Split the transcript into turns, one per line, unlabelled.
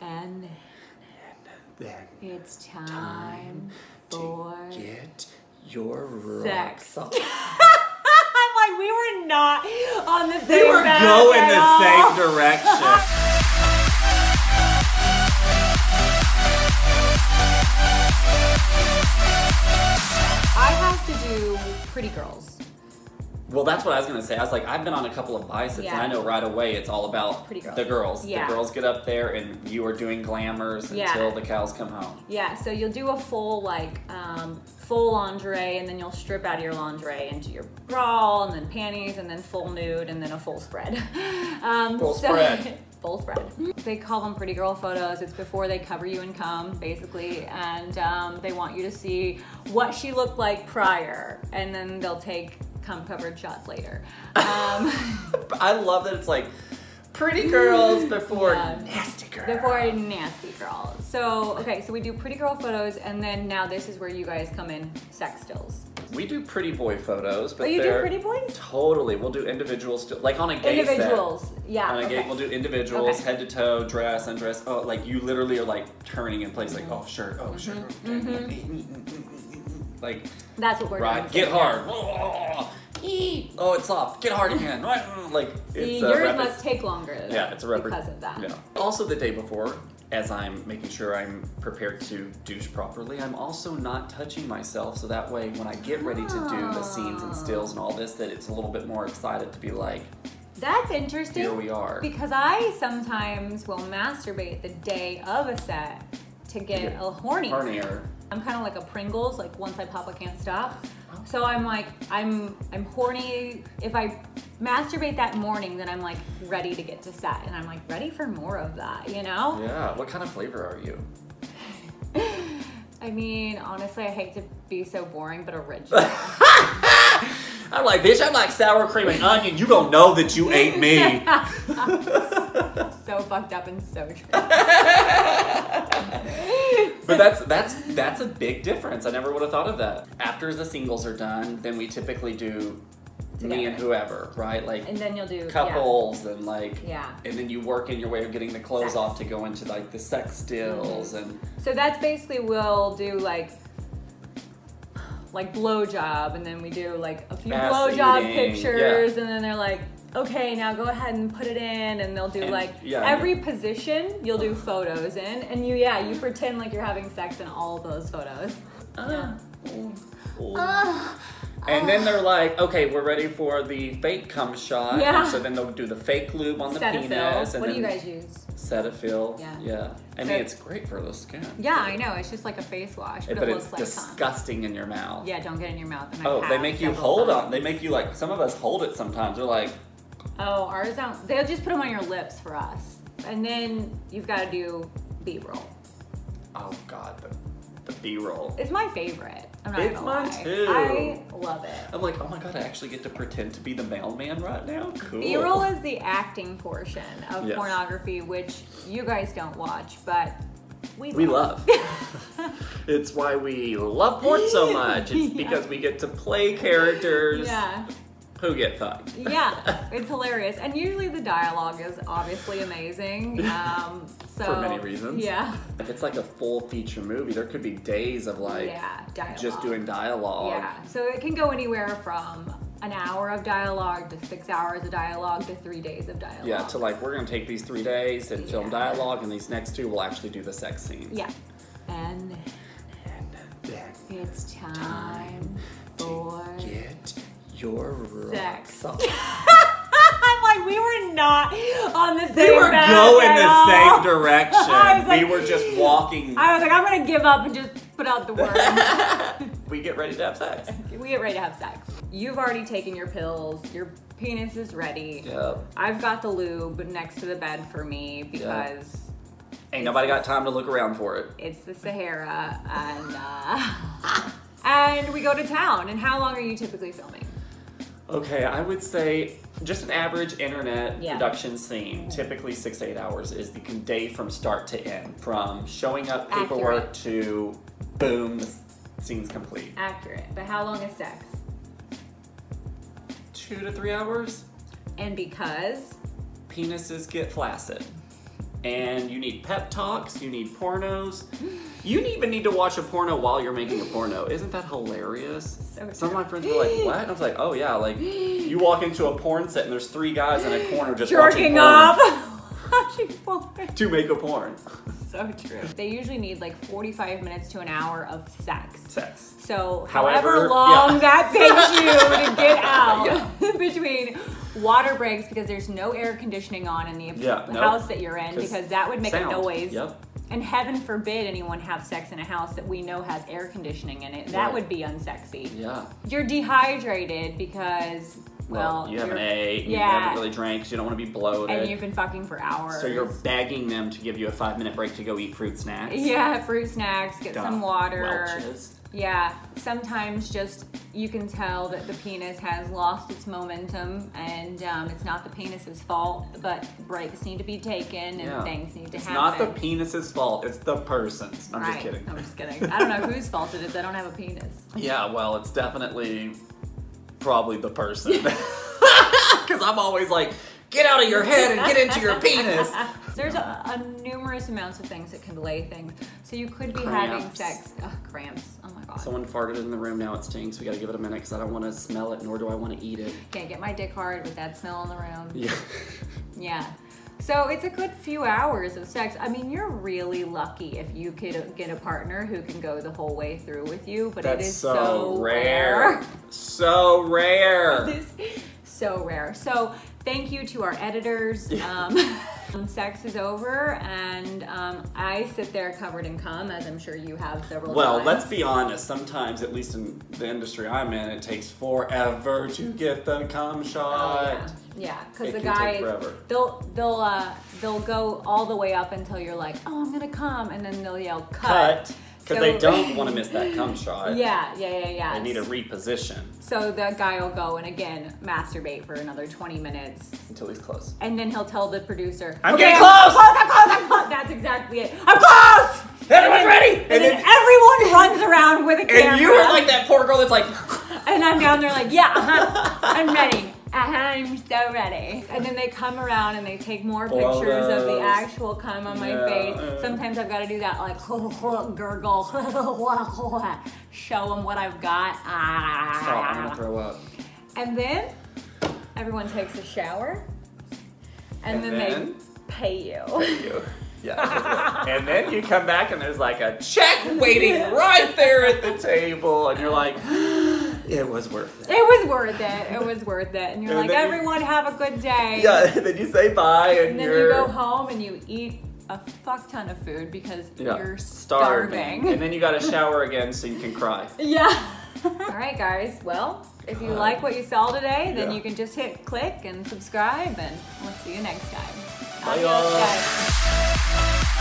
And
Then
it's time, for
to get your rock
sex. I'm
salt.
like, we were not on the same
We were
path
going
at
the
all.
same direction.
I have to do Pretty Girls.
well, that's what I was gonna say. I was like, I've been on a couple of biceps,
Yeah.
and I know right away it's all about
Pretty girls.
the girls.
Yeah.
The girls get up there, and you are doing glamours
Yeah.
until the cows come home.
Yeah, so you'll do a full like um, full lingerie, and then you'll strip out of your lingerie into your bra, and then panties, and then full nude, and then a full spread. Um,
Full spread.
full spread. They call them pretty girl photos. It's before they cover you in cum, basically, and um, they want you to see what she looked like prior, and then they'll take cum covered shots later. Um,
But I love that it's like pretty girls before
Mm, Yeah.
nasty girls.
Before a nasty girl. So, okay, so we do pretty girl photos, and then now this is where you guys come in sex stills.
we do pretty boy photos, but
Oh, you do
they're
pretty boys?
Totally, we'll do individuals still, like on a gay set.
Individuals. Yeah.
On a
okay.
gate, we'll do individuals,
Okay.
head to toe, dress, undress. Oh, like you literally are like turning in place,
Mm-hmm.
like oh sure, oh sure, okay. like
That's what Mm-hmm. we're
right,
doing.
get hard. Oh, oh, it's soft. Get hard again. Right, mm, like
See,
it's a
yours
rapid-
must take longer.
Yeah, it's a rubber.
Because of that.
Yeah. Also, the day before, as I'm making sure I'm prepared to douche properly, I'm also not touching myself, so that way when I get ready to do the scenes and stills and all this, that it's a little bit more excited to be like,
That's interesting.
Here we are.
Because I sometimes will masturbate the day of a set to get
Yeah.
a horny.
hornier.
I'm kind of like a Pringles. Like once I pop, I can't stop.
Oh.
So I'm like, I'm I'm horny. If I masturbate that morning, then I'm like ready to get to set, and I'm like ready for more of that. You know?
Yeah. What kind of flavor are you?
I mean, honestly, I hate to be so boring, but original.
I'm like, bitch, I'm like sour cream and onion. You don't know that you ate me.
so fucked up and so true.
But that's that's that's a big difference. I never would have thought of that. After the singles are done, then we typically do me
Together.
and whoever, right? Like
And then you'll do yeah.
couples and like
Yeah.
and then you work in your way of getting the clothes
Sex. Mm-hmm.
off to go into like the sex stills and
So that's basically we'll do like like blowjob, and then we do like a few
Ass
blowjob
eating,
pictures, and then they're like, okay, now go ahead and put it in, and they'll do
And-
like
yeah, and-
every position you'll do photos in, and you yeah you pretend like you're having sex in all those photos.
Ah, ooh, ooh.
Ah.
and then they're like, okay, we're ready for the fake cum shot.
Yeah.
And so then they'll do the fake lube on the
Cetaphil.
penis. And
What do
then
you guys use?
Cetaphil.
Yeah.
Yeah. I
So-
mean, it's great for the skin.
Yeah, I know it's just like a face wash, but,
But
it
it's
looks like cum.
disgusting in your mouth.
Yeah, don't get it in your mouth. And I
Oh, they
have
make you
several
hold
times.
on. They make you like some of us hold it sometimes. They're like,
Oh, ours don't. They'll just put them on your lips for us, and then you've got to do B-roll.
oh god, the, the B-roll.
It's my favorite. I'm not
It's
gonna
mine
lie.
too.
I love it.
I'm like, oh my god, I actually get to pretend to be the mailman right now. Cool.
B-roll is the acting portion of
Yes.
pornography, which you guys don't watch, but we
we love. it's why we love porn so much. It's
Yeah.
because we get to play characters
Yeah,
who get fucked.
yeah, it's hilarious, and usually the dialogue is obviously amazing. Um, so
For many reasons.
Yeah,
If it's like a full feature movie, there could be days of like
yeah, dialogue.
just doing dialogue.
Yeah, so it can go anywhere from an hour of dialogue to six hours of dialogue to three days of dialogue.
Yeah, to like we're gonna take these three days and film
Yeah.
dialogue, and these next two we'll actually do the sex scenes.
Yeah. And
Then
it's time for
get your rock
sex.
salt.
I'm like, we were not on the same
We were
path
going
at
the
all.
same direction.
I was
we
like-
were just walking.
I was like, I'm gonna give up and just put out the word.
we get ready to have sex.
we get ready to have sex. You've already taken your pills. Your penis is ready.
Yeah.
I've got the lube next to the bed for me
Yeah.
because.
Ain't nobody got time to look around for it.
it's the Sahara, and uh, and we go to town. And how long are you typically filming?
Okay, I would say just an average internet
Yeah.
production scene, typically six to eight hours, is the con- day from start to end, from showing up
Accurate.
paperwork to boom, the s- scene's complete.
Accurate, but how long is sex?
Two to three hours,
And because
penises get flaccid. And you need pep talks, you need pornos. You even need to watch a porno while you're making a porno. Isn't that hilarious?
So
Some of my friends were like, what? I was like, oh yeah, like you walk into a porn set and there's three guys in a corner just
Jerking
watching porn
off. Watching porn.
to make a porn.
So true. They usually need like 45 minutes to an hour of sex.
Sex.
So, however,
However,
long
yeah.
that takes you to get out
Yeah.
between water breaks because there's no air conditioning on in the
Yeah,
the
no.
house that you're in
'Cause
because that would make
Sound.
a noise.
Yep.
And heaven forbid anyone have sex in a house that we know has air conditioning in it. That
Right.
would be unsexy.
Yeah.
You're dehydrated because, well,
you haven't
you're-
ate, you
yeah.
haven't really drank, so you don't want to be bloated.
and you've been fucking for hours.
So you're begging them to give you a five minute break to go eat fruit snacks.
Yeah, fruit snacks, get
Dumb
some water.
Welches.
Yeah, sometimes just you can tell that the penis has lost its momentum and um, it's not the penis's fault, but breaks need to be taken and
Yeah.
things need to
It's not
happen.
the penis's fault, it's the person's. I'm
right.
just kidding.
I'm just kidding. I don't know whose fault it is. I don't have a penis.
Yeah, well, it's definitely probably the person. Because I'm always like, get out of your head and get into your penis.
There's a, a numerous amounts of things that can delay things. So you could be having
Cramps.
sex. Ugh, cramps. Oh my god.
Someone farted in the room, now it stinks. We gotta give it a minute because I don't wanna smell it nor do I wanna eat it.
Can't get my dick hard with that smell in the room.
Yeah.
Yeah. So it's a good few hours of sex. I mean, you're really lucky if you could get a partner who can go the whole way through with you, but it
That's
is
so,
so,
rare. So rare.
It is so rare. So thank you to our editors. Um, sex is over, and um, I sit there covered in cum, as I'm sure you have several
Well,
times.
let's be honest. Sometimes, at least in the industry I'm in, it takes forever to get the cum
Oh,
shot.
yeah. Yeah, because
It
the
can take
guys
forever.
they'll they'll uh, they'll go all the way up until you're like, oh, I'm gonna come, and then they'll yell cut
Cut. Because
So-
they don't want to miss that cum shot.
Yeah, yeah, yeah, yeah.
They need a reposition
so the guy will go and again masturbate for another 20 minutes,
until he's close.
and then he'll tell the producer,
I'm getting close!"
I'm close! I'm close! I'm close!" That's exactly it. I'm close!"
Everyone's ready!
And, then, everyone runs around with a camera.
and you were like that poor girl that's like,
And I'm down there like, yeah, uh-huh, I'm ready. Uh-huh, I'm so ready. And then they come around and they take more pictures of the
Photos.
actual cum on my
Yeah,
face.
uh.
Sometimes I've got to do that like gurgle, show them what I've got.
oh, I'm gonna
Ah.
throw up.
And then everyone takes a shower, and,
And
then,
then?
they pay you.
You. Yeah. and then you come back and there's like a check waiting right there at the table, and you're like, it was worth it.
It was worth it. It was worth it. And you're
And
like,
then you-
everyone have a good day.
Yeah, then you say bye and,
And then
you're
you go home and you eat a fuck ton of food because
Yeah.
you're
starving.
starving.
And then you gotta shower again so you can cry.
yeah. All right, guys. Well, if you
God.
like what you saw today, then
Uh, Yeah.
you can just hit click and subscribe, and we'll see you next time.
Bye,
Adios,
y'all.
guys.